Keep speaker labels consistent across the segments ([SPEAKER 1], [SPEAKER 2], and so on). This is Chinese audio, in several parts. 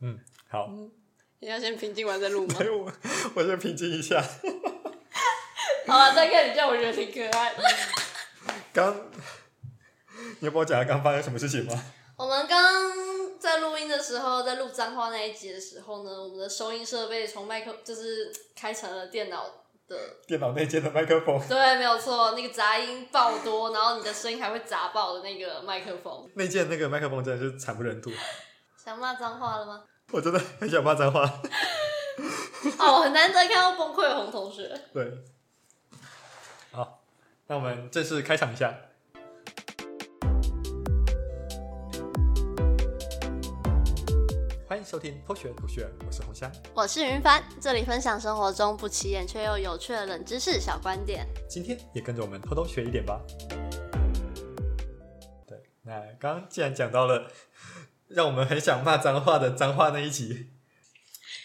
[SPEAKER 1] 嗯，好，
[SPEAKER 2] 你要先平静完再录吗
[SPEAKER 1] 所？以 我我先平静一下。
[SPEAKER 2] 好了，再看你这样，我觉得挺可爱。
[SPEAKER 1] 刚，你要帮我讲一下刚发生什么事情吗？
[SPEAKER 2] 我们刚在录音的时候，在录脏话那一集的时候呢，我们的收音设备从麦克就是开成了电脑的，
[SPEAKER 1] 电脑内接的麦克风，
[SPEAKER 2] 对，没有错，那个杂音爆多，然后你的声音还会砸爆的那个麦克风。
[SPEAKER 1] 内建那个麦克风真的是惨不忍睹，
[SPEAKER 2] 想骂脏话了吗？
[SPEAKER 1] 我真的很想骂脏话。
[SPEAKER 2] 哦，我很难得看到崩溃的红同学。
[SPEAKER 1] 对，好，那我们正式开场一下。欢迎收听《偷学吐血》，我是红虾。
[SPEAKER 2] 我是云帆，这里分享生活中不起眼却又有趣的冷知识小观点。
[SPEAKER 1] 今天也跟着我们偷偷学一点吧。对，那刚刚既然讲到了让我们很想骂脏话的脏话那一集，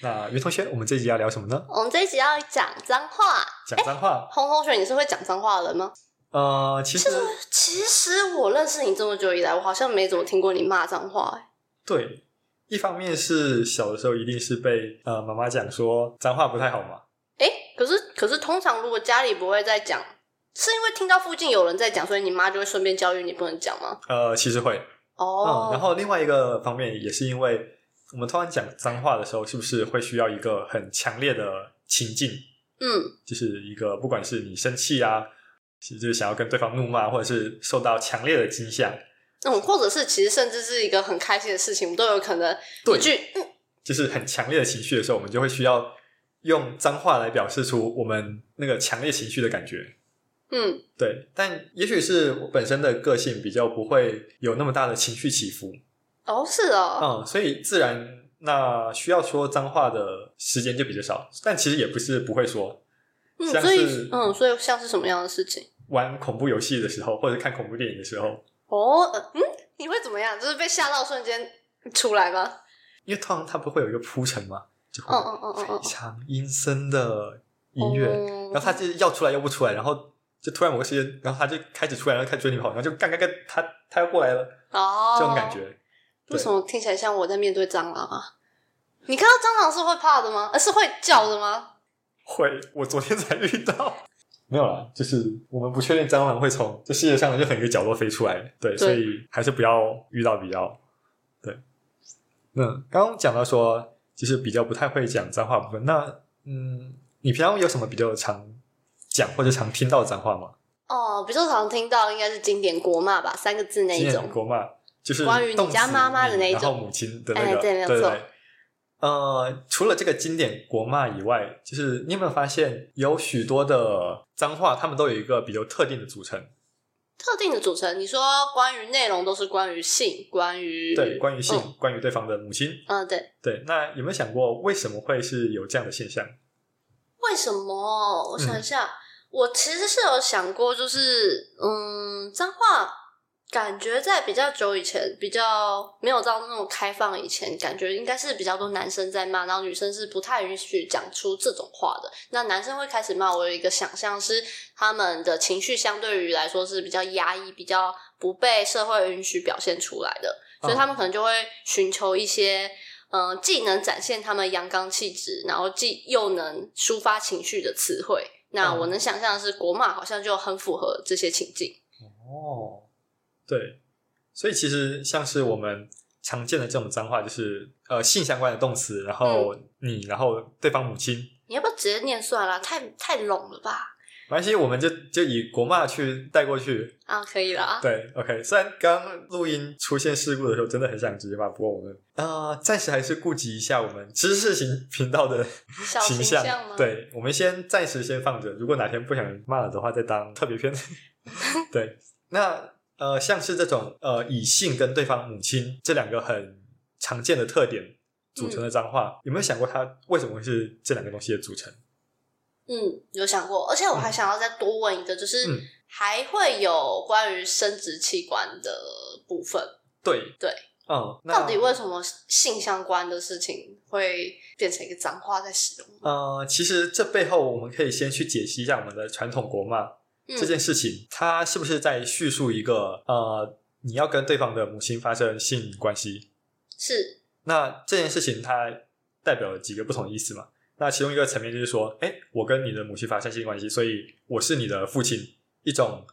[SPEAKER 1] 那于同学，我们这一集要聊什么呢？
[SPEAKER 2] 我们这一集要讲脏话。
[SPEAKER 1] 讲脏话。
[SPEAKER 2] 红同学，你是会讲脏话的人吗？
[SPEAKER 1] 呃，其实
[SPEAKER 2] 其实我认识你这么久以来，我好像没怎么听过你骂脏话、欸。
[SPEAKER 1] 对，一方面是小的时候一定是被呃妈妈讲说脏话不太好嘛，
[SPEAKER 2] 哎、可是可是，通常如果家里不会再讲，是因为听到附近有人在讲，所以你妈就会顺便教育你不能讲吗？
[SPEAKER 1] 呃，其实会。
[SPEAKER 2] 哦
[SPEAKER 1] 嗯，、然后另外一个方面也是因为我们突然讲脏话的时候，是不是会需要一个很强烈的情境？
[SPEAKER 2] 嗯，
[SPEAKER 1] 就是一个不管是你生气啊，其实就是想要跟对方怒骂，或者是受到强烈的惊吓，
[SPEAKER 2] 嗯，或者是其实甚至是一个很开心的事情，我们都有可能
[SPEAKER 1] 对
[SPEAKER 2] 一句嗯
[SPEAKER 1] 就是很强烈的情绪的时候，我们就会需要用脏话来表示出我们那个强烈情绪的感觉。
[SPEAKER 2] 嗯
[SPEAKER 1] 对，但也许是我本身的个性比较不会有那么大的情绪起伏，
[SPEAKER 2] 哦是哦，
[SPEAKER 1] 嗯，所以自然那需要说脏话的时间就比较少。但其实也不是不会说，
[SPEAKER 2] 嗯，
[SPEAKER 1] 像
[SPEAKER 2] 所以
[SPEAKER 1] 是
[SPEAKER 2] 嗯，所以像是什么样的事情？
[SPEAKER 1] 玩恐怖游戏的时候，或者看恐怖电影的时候，
[SPEAKER 2] 哦，呃嗯，你会怎么样？就是被吓到瞬间出来吗？
[SPEAKER 1] 因为通常它不会有一个铺陈嘛，就会
[SPEAKER 2] 嗯嗯嗯嗯嗯
[SPEAKER 1] 非常阴森的哦音乐，
[SPEAKER 2] 哦
[SPEAKER 1] 然后它就是要出来又不出来，然后就突然某个时间，然后它就开始出来，然后开始追你跑，然后就干干干，它它要过来了，
[SPEAKER 2] 哦，
[SPEAKER 1] 这种感。觉。对
[SPEAKER 2] 为什么听起来像我在面对蟑螂啊？你看到蟑螂是会怕的吗？呃，是会叫的吗？
[SPEAKER 1] 会，我昨天才遇到。 没有啦，就是我们不确定蟑螂会从这世界上的任何一个角落飞出来，对，所以还是不要遇到比较。对，那刚刚讲到说，就是比较不太会讲脏话部分。那嗯，你平常有什么比较常讲或者常听到的脏话吗？
[SPEAKER 2] 哦，比较常听到应该是经典国骂吧，三个字那一
[SPEAKER 1] 今
[SPEAKER 2] 种
[SPEAKER 1] 年。国骂就是
[SPEAKER 2] 关于你
[SPEAKER 1] 动词
[SPEAKER 2] 家妈妈的那一种
[SPEAKER 1] 然后母亲的那
[SPEAKER 2] 哎
[SPEAKER 1] 个，
[SPEAKER 2] 对没有
[SPEAKER 1] 对
[SPEAKER 2] 错
[SPEAKER 1] 对。呃，除了这个经典国骂以外，就是你有没有发现有许多的脏话，他们都有一个比较特定的组成？
[SPEAKER 2] 特定的组成，你说关于内容都是关于性，关于
[SPEAKER 1] 对，关于性，
[SPEAKER 2] 嗯
[SPEAKER 1] 关于对方的母亲。
[SPEAKER 2] 嗯、对，
[SPEAKER 1] 对，那有没有想过为什么会是有这样的现象？
[SPEAKER 2] 为什么？我想一下，我其实是有想过，就是嗯，脏话感觉在比较久以前，比较没有到那种开放以前，感觉应该是比较多男生在骂，然后女生是不太允许讲出这种话的。那男生会开始骂，我有一个想象是他们的情绪相对于来说是比较压抑，比较不被社会允许表现出来的，
[SPEAKER 1] 嗯
[SPEAKER 2] 所以
[SPEAKER 1] 啊
[SPEAKER 2] 他们可能就会寻求一些。呃，既能展现他们阳刚气质，然后既又能抒发情绪的词汇。那
[SPEAKER 1] 嗯
[SPEAKER 2] 我能想象的是，国骂好像就很符合这些情境。
[SPEAKER 1] 哦，对，所以其实像是我们常见的这种脏话，就是呃性相关的动词，然后
[SPEAKER 2] 嗯
[SPEAKER 1] 你，然后对方母亲，
[SPEAKER 2] 你要不要直接念算了？太太拢了吧？
[SPEAKER 1] 没关系，我们就就以国骂去带过去。
[SPEAKER 2] 啊，可以啦。
[SPEAKER 1] 对，OK。虽然刚录音出现事故的时候，真的很想直接骂，不过我们啊、呃暂时还是顾及一下我们知识型频道的
[SPEAKER 2] 小
[SPEAKER 1] 形
[SPEAKER 2] 形
[SPEAKER 1] 象。
[SPEAKER 2] 象吗
[SPEAKER 1] 对，我们先暂时先放着，如果哪天不想骂了的话，再当特别 篇。对，那呃，像是这种呃以性跟对方母亲这两个很常见的特点组
[SPEAKER 2] 嗯
[SPEAKER 1] 成的脏话，有没有想过它为什么会是这两个东西的组成？
[SPEAKER 2] 嗯，有想过。而且我还想要再多问一个，就是、
[SPEAKER 1] 嗯
[SPEAKER 2] 还会有关于生殖器官的部分，
[SPEAKER 1] 对
[SPEAKER 2] 对，
[SPEAKER 1] 嗯，那
[SPEAKER 2] 到底为什么性相关的事情会变成一个脏话在使用？
[SPEAKER 1] 呃，其实这背后我们可以先去解析一下我们的传统国骂、
[SPEAKER 2] 嗯
[SPEAKER 1] 这件事情，它是不是在叙述一个呃，你要跟对方的母亲发生性关系？
[SPEAKER 2] 是
[SPEAKER 1] 那这件事情它代表了几个不同的意思嘛？那其中一个层面就是说，哎，我跟你的母亲发生性关系，所以我是你的父亲，一种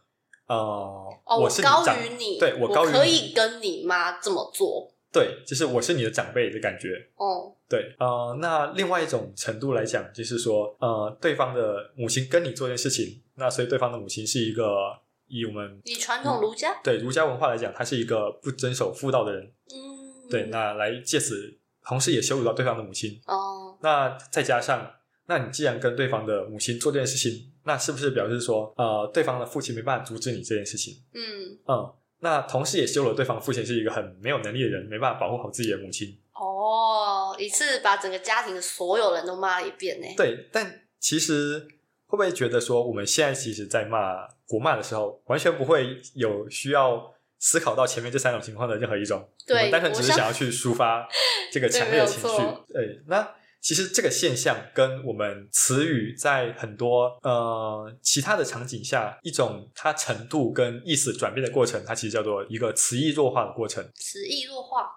[SPEAKER 1] 呃，
[SPEAKER 2] 哦，
[SPEAKER 1] 我
[SPEAKER 2] 我
[SPEAKER 1] 是
[SPEAKER 2] 高
[SPEAKER 1] 长
[SPEAKER 2] 于你，
[SPEAKER 1] 对
[SPEAKER 2] 我
[SPEAKER 1] 高于你，
[SPEAKER 2] 可以跟你妈这么做。
[SPEAKER 1] 对，就是我是你的长辈的感觉。
[SPEAKER 2] 哦，
[SPEAKER 1] 对，呃，那另外一种程度来讲，就是说，呃，对方的母亲跟你做一件事情，那所以对方的母亲是一个以我们
[SPEAKER 2] 以传
[SPEAKER 1] 嗯
[SPEAKER 2] 统儒家，
[SPEAKER 1] 对儒家文化来讲，他是一个不遵守妇道的人，
[SPEAKER 2] 嗯，
[SPEAKER 1] 对，那来借此同时也羞辱到对方的母亲。
[SPEAKER 2] 哦，
[SPEAKER 1] 那再加上，那你既然跟对方的母亲做这件事情，那是不是表示说，呃，对方的父亲没办法阻止你这件事情？
[SPEAKER 2] 嗯，
[SPEAKER 1] 嗯，那同时也羞辱了对方父亲是一个很没有能力的人，没办法保护好自己的母亲。
[SPEAKER 2] 哦，一次把整个家庭的所有人都骂了一遍呢。
[SPEAKER 1] 对，但其实会不会觉得说，我们现在其实，在骂国骂的时候，完全不会有需要思考到前面这三种情况的任何一种，
[SPEAKER 2] 对
[SPEAKER 1] 我们单纯只是
[SPEAKER 2] 我想
[SPEAKER 1] 想要去抒发这个
[SPEAKER 2] 对
[SPEAKER 1] 强
[SPEAKER 2] 没
[SPEAKER 1] 烈的
[SPEAKER 2] 有
[SPEAKER 1] 情绪
[SPEAKER 2] 错。
[SPEAKER 1] 对，那其实这个现象跟我们词语在很多呃其他的场景下，一种它程度跟意思转变的过程，它其实叫做一个词义弱化的过程。
[SPEAKER 2] 词义弱化，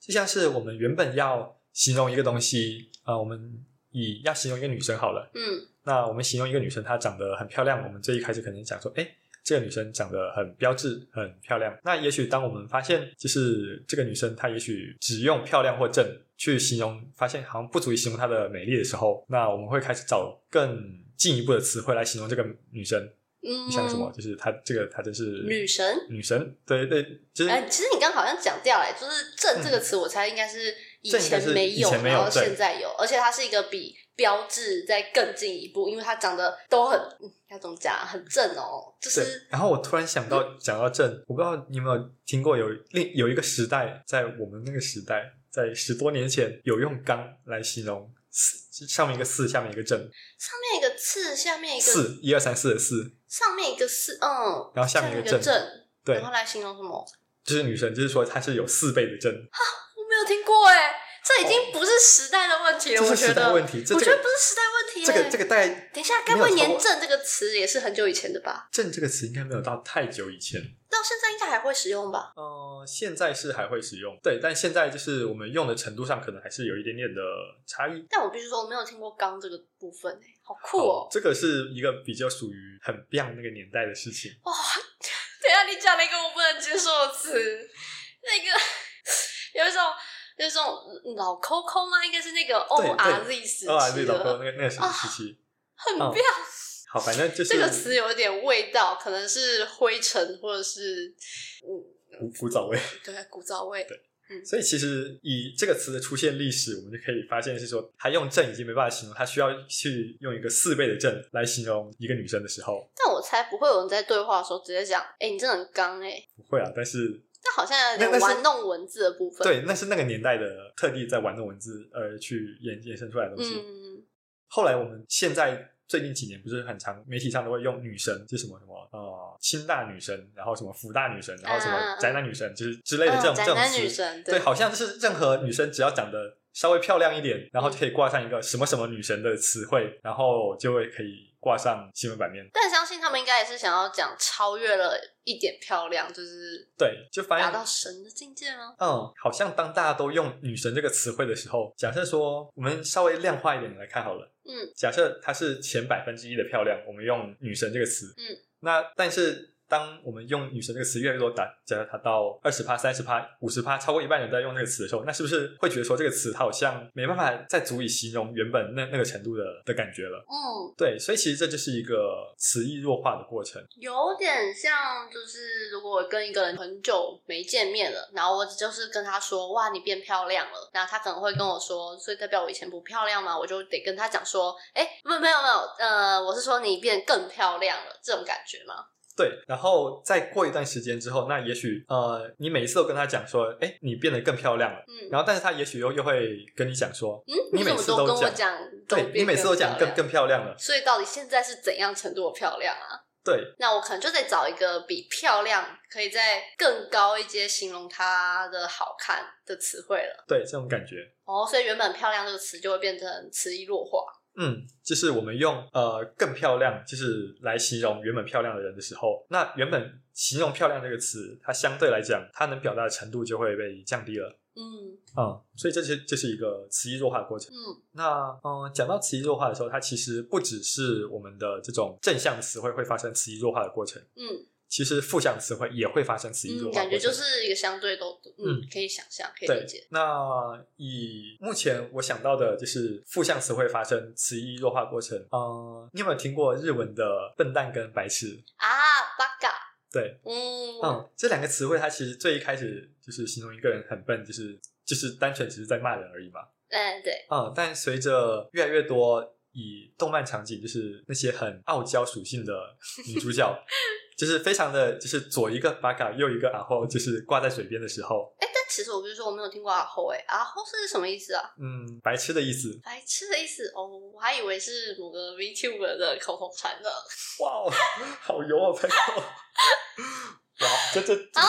[SPEAKER 1] 就像是我们原本要形容一个东西，呃，我们以要形容一个女生好了。
[SPEAKER 2] 嗯，
[SPEAKER 1] 那我们形容一个女生，她长得很漂亮，我们最一开始可能讲说，哎，这个女生长得很标致，很漂亮。那也许当我们发现，就是这个女生她也许只用漂亮或正去形容，发现好像不足以形容她的美丽的时候，那我们会开始找更进一步的词汇来形容这个女生，
[SPEAKER 2] 嗯，
[SPEAKER 1] 像什么，就是她这个她真是
[SPEAKER 2] 女神？
[SPEAKER 1] 女神，对对，就是。嗯
[SPEAKER 2] 哎，其实你刚刚好像讲掉了，就是“正”这个词，我猜应该是以
[SPEAKER 1] 正应该
[SPEAKER 2] 前
[SPEAKER 1] 是
[SPEAKER 2] 没
[SPEAKER 1] 以前没有
[SPEAKER 2] 然后
[SPEAKER 1] 对
[SPEAKER 2] 现在有，而且它是一个比标志再更进一步，因为它长得都很，嗯要怎么讲啊，很正哦，就
[SPEAKER 1] 对
[SPEAKER 2] 是，
[SPEAKER 1] 然后我突然想到，讲到正，我不知道你有没有听过有另有一个时代，在我们那个时代，在十多年前有用“刚”来形容四，上面一个四，下面一个正，
[SPEAKER 2] 上面一个刺，下面一个
[SPEAKER 1] 四一二三四的四，
[SPEAKER 2] 上面一个是，嗯，
[SPEAKER 1] 然后下
[SPEAKER 2] 下
[SPEAKER 1] 面一
[SPEAKER 2] 面
[SPEAKER 1] 个
[SPEAKER 2] 一
[SPEAKER 1] 正，
[SPEAKER 2] 正，
[SPEAKER 1] 对
[SPEAKER 2] 然，后来形容什么？
[SPEAKER 1] 就是女神，就是说她是有四倍的正，
[SPEAKER 2] 我没有听过哎，这已经不是时代的问题了，
[SPEAKER 1] 哦这
[SPEAKER 2] 我
[SPEAKER 1] 是
[SPEAKER 2] 觉
[SPEAKER 1] 时代
[SPEAKER 2] 得，
[SPEAKER 1] 问题，这
[SPEAKER 2] 我
[SPEAKER 1] 这
[SPEAKER 2] 觉得
[SPEAKER 1] 个
[SPEAKER 2] 不是时代问题耶。哎
[SPEAKER 1] 这个这个代
[SPEAKER 2] 等一下，该不会
[SPEAKER 1] 没
[SPEAKER 2] “
[SPEAKER 1] 有超
[SPEAKER 2] 年
[SPEAKER 1] 过
[SPEAKER 2] 正”这个词也是很久以前的吧？
[SPEAKER 1] 正这个词应该没有到太久以前，
[SPEAKER 2] 到现在应该还会使用吧？
[SPEAKER 1] 呃，现在是还会使用，对，但现在就是我们用的程度上可能还是有一点点的差异。
[SPEAKER 2] 但我必须说，我没有听过“刚”这个部分哎，好酷哦！
[SPEAKER 1] 这个是一个比较属于很 b 那个年代的事情。
[SPEAKER 2] 哇，等一下你讲了一个我不能接受的词，那个 有一种有一种老抠抠吗？应该是那个 O
[SPEAKER 1] 对
[SPEAKER 2] R Z 时期
[SPEAKER 1] 二来对老哥
[SPEAKER 2] 了，
[SPEAKER 1] 那个那个时
[SPEAKER 2] 啊
[SPEAKER 1] 时期，
[SPEAKER 2] 很
[SPEAKER 1] 嗯
[SPEAKER 2] 漂
[SPEAKER 1] 好，反正就是
[SPEAKER 2] 这个词有点味道，可能是灰尘或者是嗯，
[SPEAKER 1] 古古早味。
[SPEAKER 2] 对，古早味。
[SPEAKER 1] 所以其实以这个词的出现历史，我们就可以发现是说，他用正已经没办法形容，他需要去用一个四倍的正来形容一个女生的时候，
[SPEAKER 2] 但我猜不会有人在对话的时候直接讲：“哎、你真的很刚哎、
[SPEAKER 1] 不会啊。但是
[SPEAKER 2] 那好像有
[SPEAKER 1] 那但
[SPEAKER 2] 点
[SPEAKER 1] 是
[SPEAKER 2] 玩弄文字的部分。，
[SPEAKER 1] 对，那是那个年代的特地在玩弄文字而去衍衍生出来的东西。
[SPEAKER 2] 嗯，
[SPEAKER 1] 后来我们现在最近几年不是很常媒体上都会用女神，就什么什么呃清大女神，然后什么福大女神，然后什
[SPEAKER 2] 啊啊
[SPEAKER 1] 么
[SPEAKER 2] 啊
[SPEAKER 1] 宅男女神，就是之类的这种、
[SPEAKER 2] 嗯
[SPEAKER 1] 这
[SPEAKER 2] 宅
[SPEAKER 1] 种
[SPEAKER 2] 男
[SPEAKER 1] 词
[SPEAKER 2] 女神，
[SPEAKER 1] 对，好像就是任何女生只要长得稍微漂亮一点，然后就可以挂上一个什么什么女神的词汇，然后就会可以挂上新闻版面。
[SPEAKER 2] 但相信他们应该也是想要讲超越了一点漂亮，就是
[SPEAKER 1] 对，就发
[SPEAKER 2] 达到
[SPEAKER 1] 现。
[SPEAKER 2] 神的境界吗？
[SPEAKER 1] 嗯，好像当大家都用“女神”这个词汇的时候，假设说我们稍微量化一点来看好了，
[SPEAKER 2] 嗯，
[SPEAKER 1] 假设它是前百分之一的漂亮，我们用“女神”这个词，
[SPEAKER 2] 嗯，
[SPEAKER 1] 那但是当我们用“女神”这个词越来越多，打假设它到二十趴、三十趴、五十趴，超过一半人在用这个词的时候，那是不是会觉得说这个词它好像没办法再足以形容原本那那个程度的的感觉了？
[SPEAKER 2] 嗯，
[SPEAKER 1] 对，所以其实这就是一个词义弱化的过程。
[SPEAKER 2] 有点像，就是如果我跟一个人很久没见面了，然后我就是跟他说：“哇，你变漂亮了。”然后他可能会跟我说：“所以代表我以前不漂亮吗？”我就得跟他讲说：“哎、不，没有没有，呃，我是说你变更漂亮了，这种感觉吗？
[SPEAKER 1] 对，然后再过一段时间之后，那也许呃，你每一次都跟他讲说，哎，你变得更漂亮了，
[SPEAKER 2] 嗯，
[SPEAKER 1] 然后但是他也许又又会跟你讲说，
[SPEAKER 2] 嗯，
[SPEAKER 1] 你
[SPEAKER 2] 怎
[SPEAKER 1] 每
[SPEAKER 2] 么
[SPEAKER 1] 次都
[SPEAKER 2] 跟我
[SPEAKER 1] 讲
[SPEAKER 2] 讲，
[SPEAKER 1] 对你每次都讲更
[SPEAKER 2] 更
[SPEAKER 1] 更漂亮了，
[SPEAKER 2] 所以到底现在是怎样程度的漂亮啊？
[SPEAKER 1] 对
[SPEAKER 2] 那我可能就得找一个比漂亮可以再更高一阶形容它的好看的词汇了。
[SPEAKER 1] 对，这种感觉。
[SPEAKER 2] 哦，所以原本漂亮这个词就会变成词义弱化。
[SPEAKER 1] 嗯，就是我们用呃更漂亮，就是来形容原本漂亮的人的时候，那原本形容漂亮这个词，它相对来讲，它能表达的程度就会被降低了。
[SPEAKER 2] 嗯
[SPEAKER 1] 嗯，所以这是这是一个词义弱化的过程。
[SPEAKER 2] 嗯
[SPEAKER 1] 那嗯，讲到词义弱化的时候，它其实不只是我们的这种正向词汇会发生词义弱化的过程，
[SPEAKER 2] 嗯
[SPEAKER 1] 其实负向词汇也会发生词义弱化
[SPEAKER 2] 嗯，
[SPEAKER 1] 的过程。
[SPEAKER 2] 感觉就是一个相对都嗯，可以想象，可以理
[SPEAKER 1] 对
[SPEAKER 2] 解。，
[SPEAKER 1] 那以目前我想到的就是负向词汇发生词义弱化过程。嗯，你有没有听过日文的笨蛋跟白痴？
[SPEAKER 2] 啊，八嘎，
[SPEAKER 1] 对，
[SPEAKER 2] 嗯
[SPEAKER 1] 嗯，这两个词汇它其实最一开始就是形容一个人很笨，就是就是单纯只是在骂人而已嘛。
[SPEAKER 2] 哎对，
[SPEAKER 1] 嗯，但随着越来越多以动漫场景，就是那些很傲娇属性的女主角，就是非常的就是左一个巴卡，右一个然后就是挂在嘴边的时候，
[SPEAKER 2] 哎，但其实我不是说我没有听过阿后哎，阿后是什么意思啊？
[SPEAKER 1] 嗯，白痴的意思。
[SPEAKER 2] 白痴的意思哦，我还以为是某个 VTuber 的口头禅呢。
[SPEAKER 1] 哇哦，好油啊，朋友！哇，这这，这
[SPEAKER 2] 哦，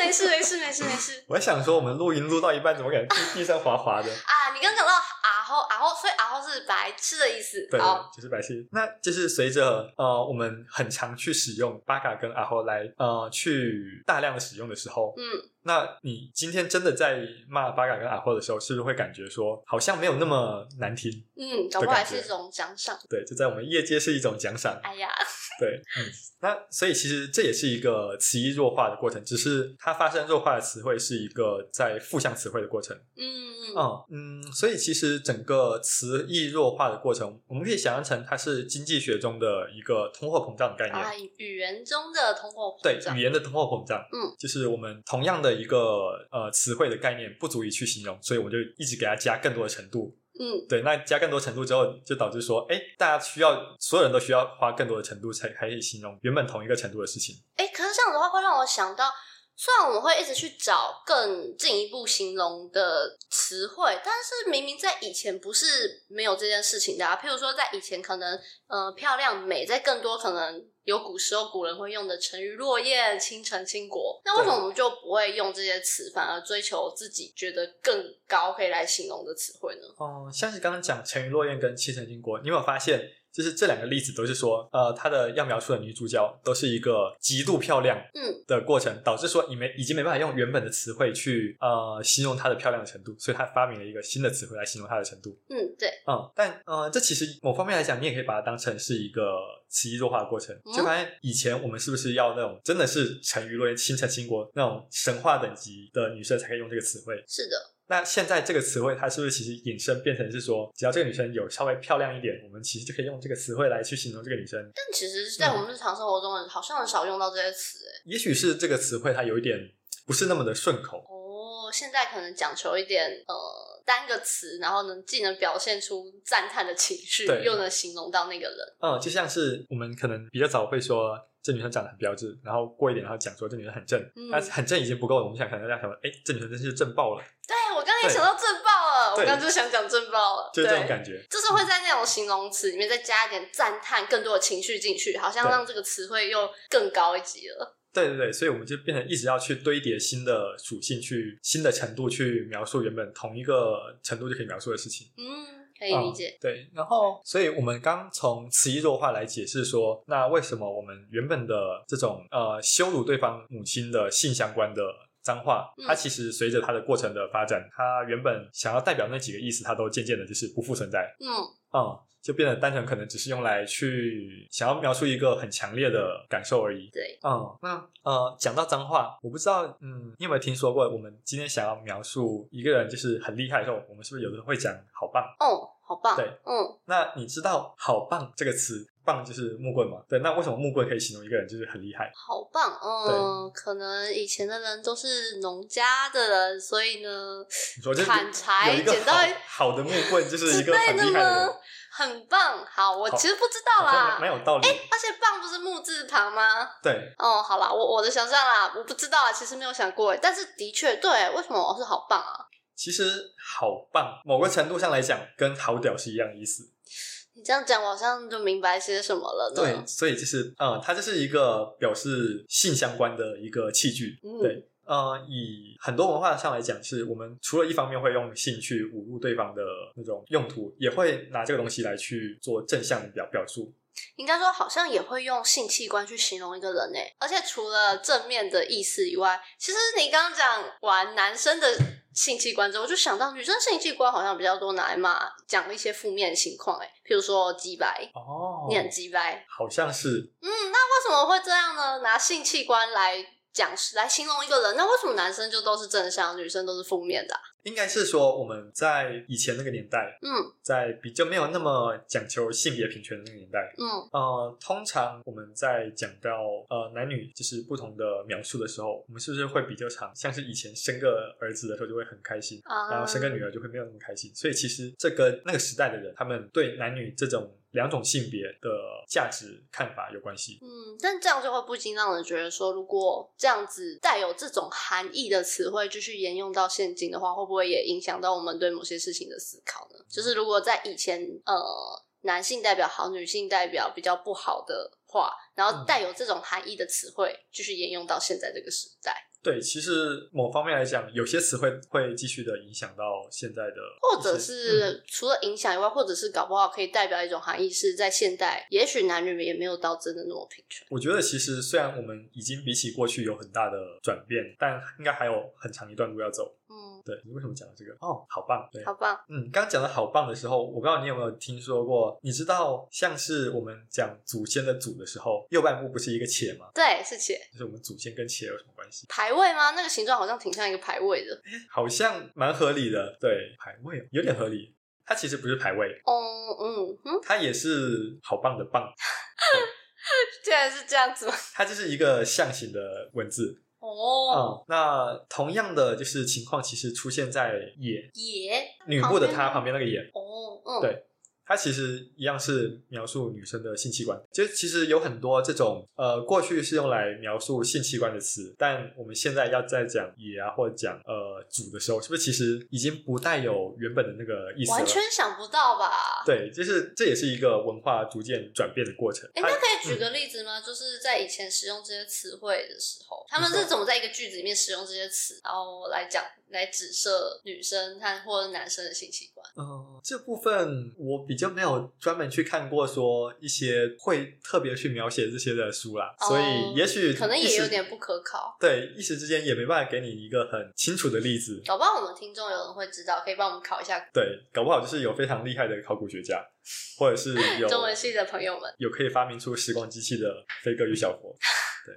[SPEAKER 2] 没事没事没事没事没事
[SPEAKER 1] 我还想说，我们录音录到一半，怎么感觉地地上滑滑的？
[SPEAKER 2] 啊！你刚刚讲到阿后阿后，所以阿后是白痴的意思。
[SPEAKER 1] 对
[SPEAKER 2] 好，，
[SPEAKER 1] 就是白痴。那就是随着呃，我们很常去使用巴卡跟阿豪来呃去大量的使用的时候，
[SPEAKER 2] 嗯
[SPEAKER 1] 那你今天真的在骂巴嘎跟阿霍的时候，是不是会感觉说好像没有那么难听？
[SPEAKER 2] 嗯，搞不好还是一种奖赏。
[SPEAKER 1] 对，这在我们业界是一种奖赏。
[SPEAKER 2] 哎呀，
[SPEAKER 1] 对，嗯，那所以其实这也是一个词义弱化的过程，只是它发生弱化的词汇是一个在负向词汇的过程。
[SPEAKER 2] 嗯嗯
[SPEAKER 1] 嗯嗯，所以其实整个词义弱化的过程，我们可以想象成它是经济学中的一个通货膨胀的概念。
[SPEAKER 2] 啊，语言中的通货
[SPEAKER 1] 对
[SPEAKER 2] 膨胀
[SPEAKER 1] 语。言的通货膨胀，
[SPEAKER 2] 嗯，
[SPEAKER 1] 就是我们同样的一个呃词汇的概念不足以去形容，所以我们就一直给它加更多的程度。
[SPEAKER 2] 嗯
[SPEAKER 1] 对，那加更多程度之后，就导致说，哎，大家需要所有人都需要花更多的程度才可以形容原本同一个程度的事情。
[SPEAKER 2] 哎，可是这样的话会让我想到，虽然我们会一直去找更进一步形容的词汇，但是明明在以前不是没有这件事情的啊。譬如说，在以前可能，呃，漂亮美，在更多可能有古时候古人会用的成语“落雁”“倾城”“倾国”，那为什么我们就不会用这些词，反而追求自己觉得更高可以来形容的词汇呢？
[SPEAKER 1] 嗯，像是刚刚讲《沉鱼落雁》跟《七城金国》，你有没有发现，就是这两个例子都是说，呃，它的要描述的女主角都是一个极度漂亮
[SPEAKER 2] 嗯
[SPEAKER 1] 的过程，导致说你没已经没办法用原本的词汇去呃形容它的漂亮程度，所以他发明了一个新的词汇来形容它的程度。
[SPEAKER 2] 嗯，对，
[SPEAKER 1] 嗯，但呃，这其实某方面来讲，你也可以把它当成是一个词义弱化的过程。
[SPEAKER 2] 嗯
[SPEAKER 1] 就发现以前我们是不是要那种真的是沉鱼落雁、倾城倾国那种神话等级的女生才可以用这个词汇？
[SPEAKER 2] 是的，
[SPEAKER 1] 那现在这个词汇它是不是其实引申变成是说，只要这个女生有稍微漂亮一点，我们其实就可以用这个词汇来去形容这个女生？
[SPEAKER 2] 但其实，在
[SPEAKER 1] 嗯
[SPEAKER 2] 我们日常生活中，好像很少用到这些词、欸，
[SPEAKER 1] 也许是这个词汇它有一点不是那么的顺口。
[SPEAKER 2] 哦，现在可能讲求一点呃单个词，然后能既能表现出赞叹的情绪
[SPEAKER 1] 对，
[SPEAKER 2] 又能形容到那个人。
[SPEAKER 1] 嗯，就像是我们可能比较早会说这女生长得很标致，然后过一点然后讲说这女生很正，
[SPEAKER 2] 嗯
[SPEAKER 1] 但是很正已经不够了，我们想可能要想说，哎，这女生真是正爆了，
[SPEAKER 2] 对我刚才
[SPEAKER 1] 对
[SPEAKER 2] 也想到正爆了，我
[SPEAKER 1] 对
[SPEAKER 2] 刚刚就想讲正爆了，
[SPEAKER 1] 就是这种
[SPEAKER 2] 对
[SPEAKER 1] 感觉。
[SPEAKER 2] 就是会在那种形容词里面再加一点赞叹，更多的情绪进去，好像
[SPEAKER 1] 对
[SPEAKER 2] 让这个词汇又更高一级了。
[SPEAKER 1] 对对对，所以我们就变成一直要去堆叠新的属性，去新的程度去描述原本同一个程度就可以描述的事情。
[SPEAKER 2] 嗯，可以理解。
[SPEAKER 1] 嗯对，然后，所以我们刚从词义弱化来解释说，那为什么我们原本的这种呃羞辱对方母亲的性相关的脏话，
[SPEAKER 2] 嗯
[SPEAKER 1] 它其实随着它的过程的发展，它原本想要代表那几个意思，它都渐渐的就是不复存在，
[SPEAKER 2] 嗯
[SPEAKER 1] 嗯，就变得单纯可能只是用来去想要描述一个很强烈的感受而已。
[SPEAKER 2] 对，
[SPEAKER 1] 嗯，那呃，讲到脏话，我不知道，嗯，你有没有听说过？我们今天想要描述一个人就是很厉害的时候，我们是不是有时候会讲“好棒”？
[SPEAKER 2] 哦，好棒。
[SPEAKER 1] 对，
[SPEAKER 2] 嗯，
[SPEAKER 1] 那你知道“好棒”这个词，棒就是木棍嘛？对，那为什么木棍可以形容一个人就是很厉害？
[SPEAKER 2] 好棒。嗯，可能以前的人都是农家的人，所以呢，
[SPEAKER 1] 你说就是
[SPEAKER 2] 砍柴
[SPEAKER 1] 有一个
[SPEAKER 2] 捡到
[SPEAKER 1] 好
[SPEAKER 2] 一
[SPEAKER 1] 好的木棍，就是
[SPEAKER 2] 之
[SPEAKER 1] 一个很
[SPEAKER 2] 类的
[SPEAKER 1] 厉害的人
[SPEAKER 2] 吗，？很棒，好，我
[SPEAKER 1] 好
[SPEAKER 2] 其实不知
[SPEAKER 1] 好
[SPEAKER 2] 道啦
[SPEAKER 1] 像。蛮蛮有道理。
[SPEAKER 2] 而且“棒”不是木字旁吗？
[SPEAKER 1] 对，
[SPEAKER 2] 哦，好啦，我我的想象啦，我不知道啊，其实没有想过哎。但是的确，对，为什么我是好棒啊？
[SPEAKER 1] 其实“好棒”某个程度上来讲，跟“好屌”是一样的意思。
[SPEAKER 2] 你这样讲，我好像就明白些什么了呢。
[SPEAKER 1] 对，所以就是呃，它就是一个表示性相关的一个器具。
[SPEAKER 2] 嗯
[SPEAKER 1] 对，呃，以很多文化上来讲，是我们除了一方面会用性去侮辱对方的那种用途，也会拿这个东西来去做正向的表表述。
[SPEAKER 2] 应该说好像也会用性器官去形容一个人诶，而且除了正面的意思以外，其实你刚刚讲完男生的性器官之后，我就想到女生性器官好像比较多拿来骂，讲一些负面情况，哎，譬如说鸡掰，
[SPEAKER 1] 哦，
[SPEAKER 2] 你很鸡掰，
[SPEAKER 1] 好像是
[SPEAKER 2] 嗯，那为什么会这样呢？拿性器官来讲来形容一个人，那为什么男生就都是正向，女生都是负面的啊、
[SPEAKER 1] 应该是说我们在以前那个年代，
[SPEAKER 2] 嗯
[SPEAKER 1] 在比较没有那么讲求性别平权的那个年代，
[SPEAKER 2] 嗯
[SPEAKER 1] 呃，通常我们在讲到呃男女就是不同的描述的时候，我们是不是会比较常像是以前生个儿子的时候就会很开心，
[SPEAKER 2] 啊，
[SPEAKER 1] 然后生个女儿就会没有那么开心。所以其实这跟那个时代的人他们对男女这种两种性别的价值看法有关系。
[SPEAKER 2] 嗯，但这样就会不禁让人觉得说，如果这样子带有这种含义的词汇继续沿用到现今的话，会不会也影响到我们对某些事情的思考呢？就是如果在以前，呃，男性代表好，女性代表比较不好的话，然
[SPEAKER 1] 嗯
[SPEAKER 2] 后带有这种含义的词汇继续沿用到现在这个时代，
[SPEAKER 1] 对，其实某方面来讲，有些词汇会继续的影响到现在的一些，嗯
[SPEAKER 2] 或者是除了影响以外，或者是搞不好可以代表一种含义，是在现代，也许男女也没有到真的那么平权。
[SPEAKER 1] 我觉得其实虽然我们已经比起过去有很大的转变，但应该还有很长一段路要走。
[SPEAKER 2] 嗯，
[SPEAKER 1] 对，你为什么讲到这个？哦，好棒！对，
[SPEAKER 2] 好棒，
[SPEAKER 1] 嗯，刚讲的好棒的时候，我不知道你有没有听说过？你知道像是我们讲祖先的祖的时候，右半部不是一个且吗？
[SPEAKER 2] 对，是且
[SPEAKER 1] 就是我们祖先跟且有什么关系？
[SPEAKER 2] 排位吗？那个形状好像挺像一个排位的。
[SPEAKER 1] 好像蛮合理的，对，排位有点合理。它其实不是排位，
[SPEAKER 2] 哦，嗯嗯，
[SPEAKER 1] 它也是好棒的棒，
[SPEAKER 2] 竟然是这样子吗？
[SPEAKER 1] 它就是一个象形的文字。
[SPEAKER 2] 哦，
[SPEAKER 1] 嗯，那同样的就是情况，其实出现在也
[SPEAKER 2] 也，
[SPEAKER 1] 女部的它
[SPEAKER 2] 旁
[SPEAKER 1] 旁边那个也，
[SPEAKER 2] 哦，嗯，
[SPEAKER 1] 对它其实一样是描述女生的性器官。其实其实有很多这种呃，过去是用来描述性器官的词，但我们现在要在讲也啊，或者讲呃主的时候，是不是其实已经不带有原本的那个意思了？
[SPEAKER 2] 完全想不到吧？
[SPEAKER 1] 对，就是这也是一个文化逐渐转变的过程。
[SPEAKER 2] 哎，
[SPEAKER 1] 它
[SPEAKER 2] 那可以举个例子吗？就是在以前使用这些词汇的时候，他们是怎么在一个句子里面使用这些词，然后来讲来指涉女生和或者男生的性器官？
[SPEAKER 1] 嗯，这部分我比较没有专门去看过，说一些会特别去描写这些的书啦，
[SPEAKER 2] 哦
[SPEAKER 1] 所以也许
[SPEAKER 2] 可能
[SPEAKER 1] 一
[SPEAKER 2] 也
[SPEAKER 1] 时
[SPEAKER 2] 有点不可靠。
[SPEAKER 1] 对，一时之间也没办法给你一个很清楚的例子。
[SPEAKER 2] 搞不好我们听众有人会知道，可以帮我们考一下
[SPEAKER 1] 对，搞不好就是有非常厉害的考古学家，或 者是有
[SPEAKER 2] 中文系的朋友们。
[SPEAKER 1] 有可以发明出时光机器的飞哥与小佛。 对，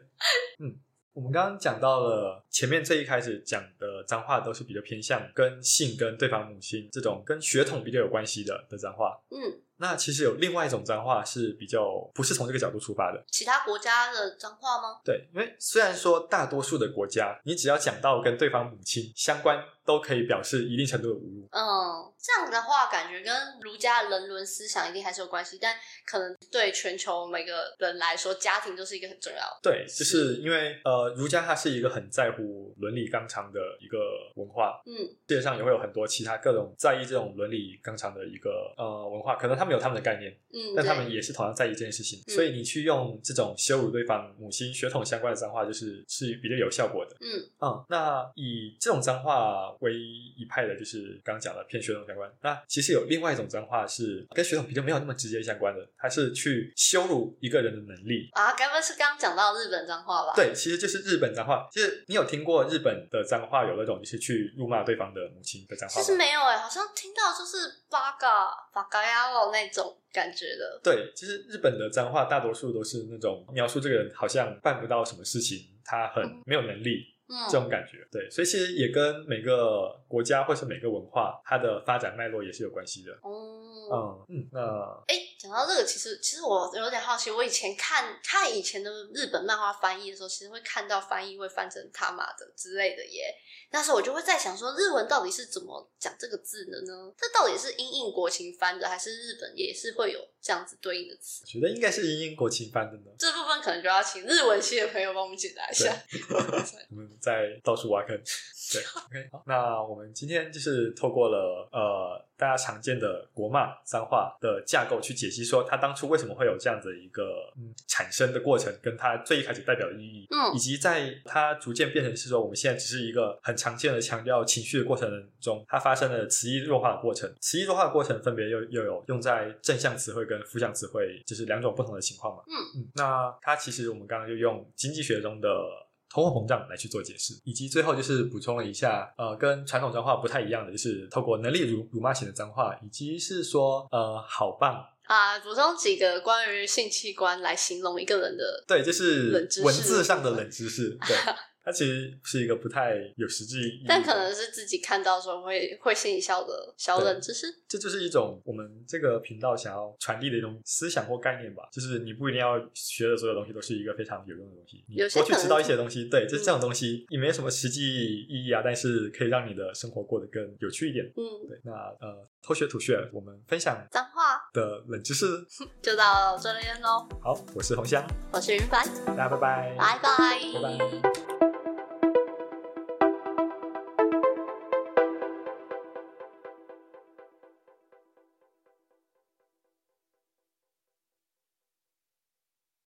[SPEAKER 1] 嗯，我们刚刚讲到了前面最一开始讲的脏话都是比较偏向跟性跟对方母亲这种跟血统比较有关系的的脏话。
[SPEAKER 2] 嗯，
[SPEAKER 1] 那其实有另外一种脏话是比较不是从这个角度出发的，
[SPEAKER 2] 其他国家的脏话吗？
[SPEAKER 1] 对，因为虽然说大多数的国家，你只要讲到跟对方母亲相关，都可以表示一定程度的侮辱。
[SPEAKER 2] 嗯，这样的话，感觉跟儒家人伦思想一定还是有关系，但可能对全球每个人来说，家庭就是一个很重要的。
[SPEAKER 1] 对，就是因为呃，儒家它是一个很在乎伦理纲常的一个文化，
[SPEAKER 2] 嗯
[SPEAKER 1] 世界上也会有很多其他各种在意这种伦理纲常的一个呃文化，可能他们有他们的概念，
[SPEAKER 2] 嗯，
[SPEAKER 1] 但他
[SPEAKER 2] 对
[SPEAKER 1] 们也是同样在意这件事情，
[SPEAKER 2] 嗯
[SPEAKER 1] 所以你去用这种羞辱对方母亲血统相关的脏话，就是是比较有效果的。
[SPEAKER 2] 嗯
[SPEAKER 1] 嗯，那以这种脏话为一派的，就是刚刚讲的偏血统相关。那其实有另外一种脏话是跟血统比较没有那么直接相关的，它是去羞辱一个人的能力。
[SPEAKER 2] 啊，该不会是刚刚讲到日本脏话吧？，
[SPEAKER 1] 对，其实就是日本脏话，就是你有听过日本的脏话有那种就是去辱骂对方的母亲的脏话
[SPEAKER 2] 其
[SPEAKER 1] 吗？
[SPEAKER 2] 实没有哎、好像听到就是八嘎八嘎呀喽那种感觉的。
[SPEAKER 1] 对，就是日本的脏话，大多数都是那种描述这个人好像办不到什么事情，他很没有能力这
[SPEAKER 2] 嗯，
[SPEAKER 1] 种感觉。对，所以其实也跟每个国家或是每个文化它的发展脉络也是有关系的。
[SPEAKER 2] 哦，
[SPEAKER 1] 嗯嗯，那
[SPEAKER 2] 哎、讲到这个，其实其实我有点好奇，我以前看看以前的日本漫画翻译的时候，其实会看到翻译会翻成他妈的之类的耶。那时候我就会在想说，日文到底是怎么讲这个字的呢？这到底是因应国情翻的，还是日本也是会有这样子对应的词
[SPEAKER 1] 我？觉得应该是英国情翻的呢。
[SPEAKER 2] 这部分可能就要请日文系的朋友帮我们解答一下。
[SPEAKER 1] 我们再到处挖坑。对，OK，好，那我们今天就是透过了呃大家常见的国骂脏话的架构去解析，说它当初为什么会有这样的一个嗯产生的过程，跟它最一开始代表的意义，
[SPEAKER 2] 嗯
[SPEAKER 1] 以及在它逐渐变成是说我们现在只是一个很常见的强调情绪的过程中，它发生了词义弱化的过程，词义弱化的过程分别又又有用在正向词汇跟负向词汇，就是两种不同的情况嘛。嗯，那它其实我们刚刚就用经济学中的通货膨胀来去做解释，以及最后就是补充了一下，呃，跟传统脏话不太一样的，就是透过能力辱辱骂型的脏话，以及是说，呃，好棒，
[SPEAKER 2] 啊，补充几个关于性器官来形容一个人的，
[SPEAKER 1] 对，就是
[SPEAKER 2] 冷知识
[SPEAKER 1] 文字上的冷知识， 对，它其实是一个不太有实际意义的，
[SPEAKER 2] 但可能是自己看到的时候会会心一笑的小冷知识。
[SPEAKER 1] 这就是一种我们这个频道想要传递的一种思想或概念吧，就是你不一定要学的所有东西都是一个非常有用的东西，你
[SPEAKER 2] 有些
[SPEAKER 1] 多去
[SPEAKER 2] 可能
[SPEAKER 1] 知道一
[SPEAKER 2] 是
[SPEAKER 1] 些东西，对，就是这种
[SPEAKER 2] 嗯
[SPEAKER 1] 东西，也没什么实际意义啊，但是可以让你的生活过得更有趣一点。
[SPEAKER 2] 嗯，
[SPEAKER 1] 对，那呃，偷学吐血，我们分享
[SPEAKER 2] 脏话
[SPEAKER 1] 的冷 知识。
[SPEAKER 2] 就到这边喽。
[SPEAKER 1] 好，我是红香，
[SPEAKER 2] 我是云凡，
[SPEAKER 1] 大家拜拜
[SPEAKER 2] 拜拜
[SPEAKER 1] 拜拜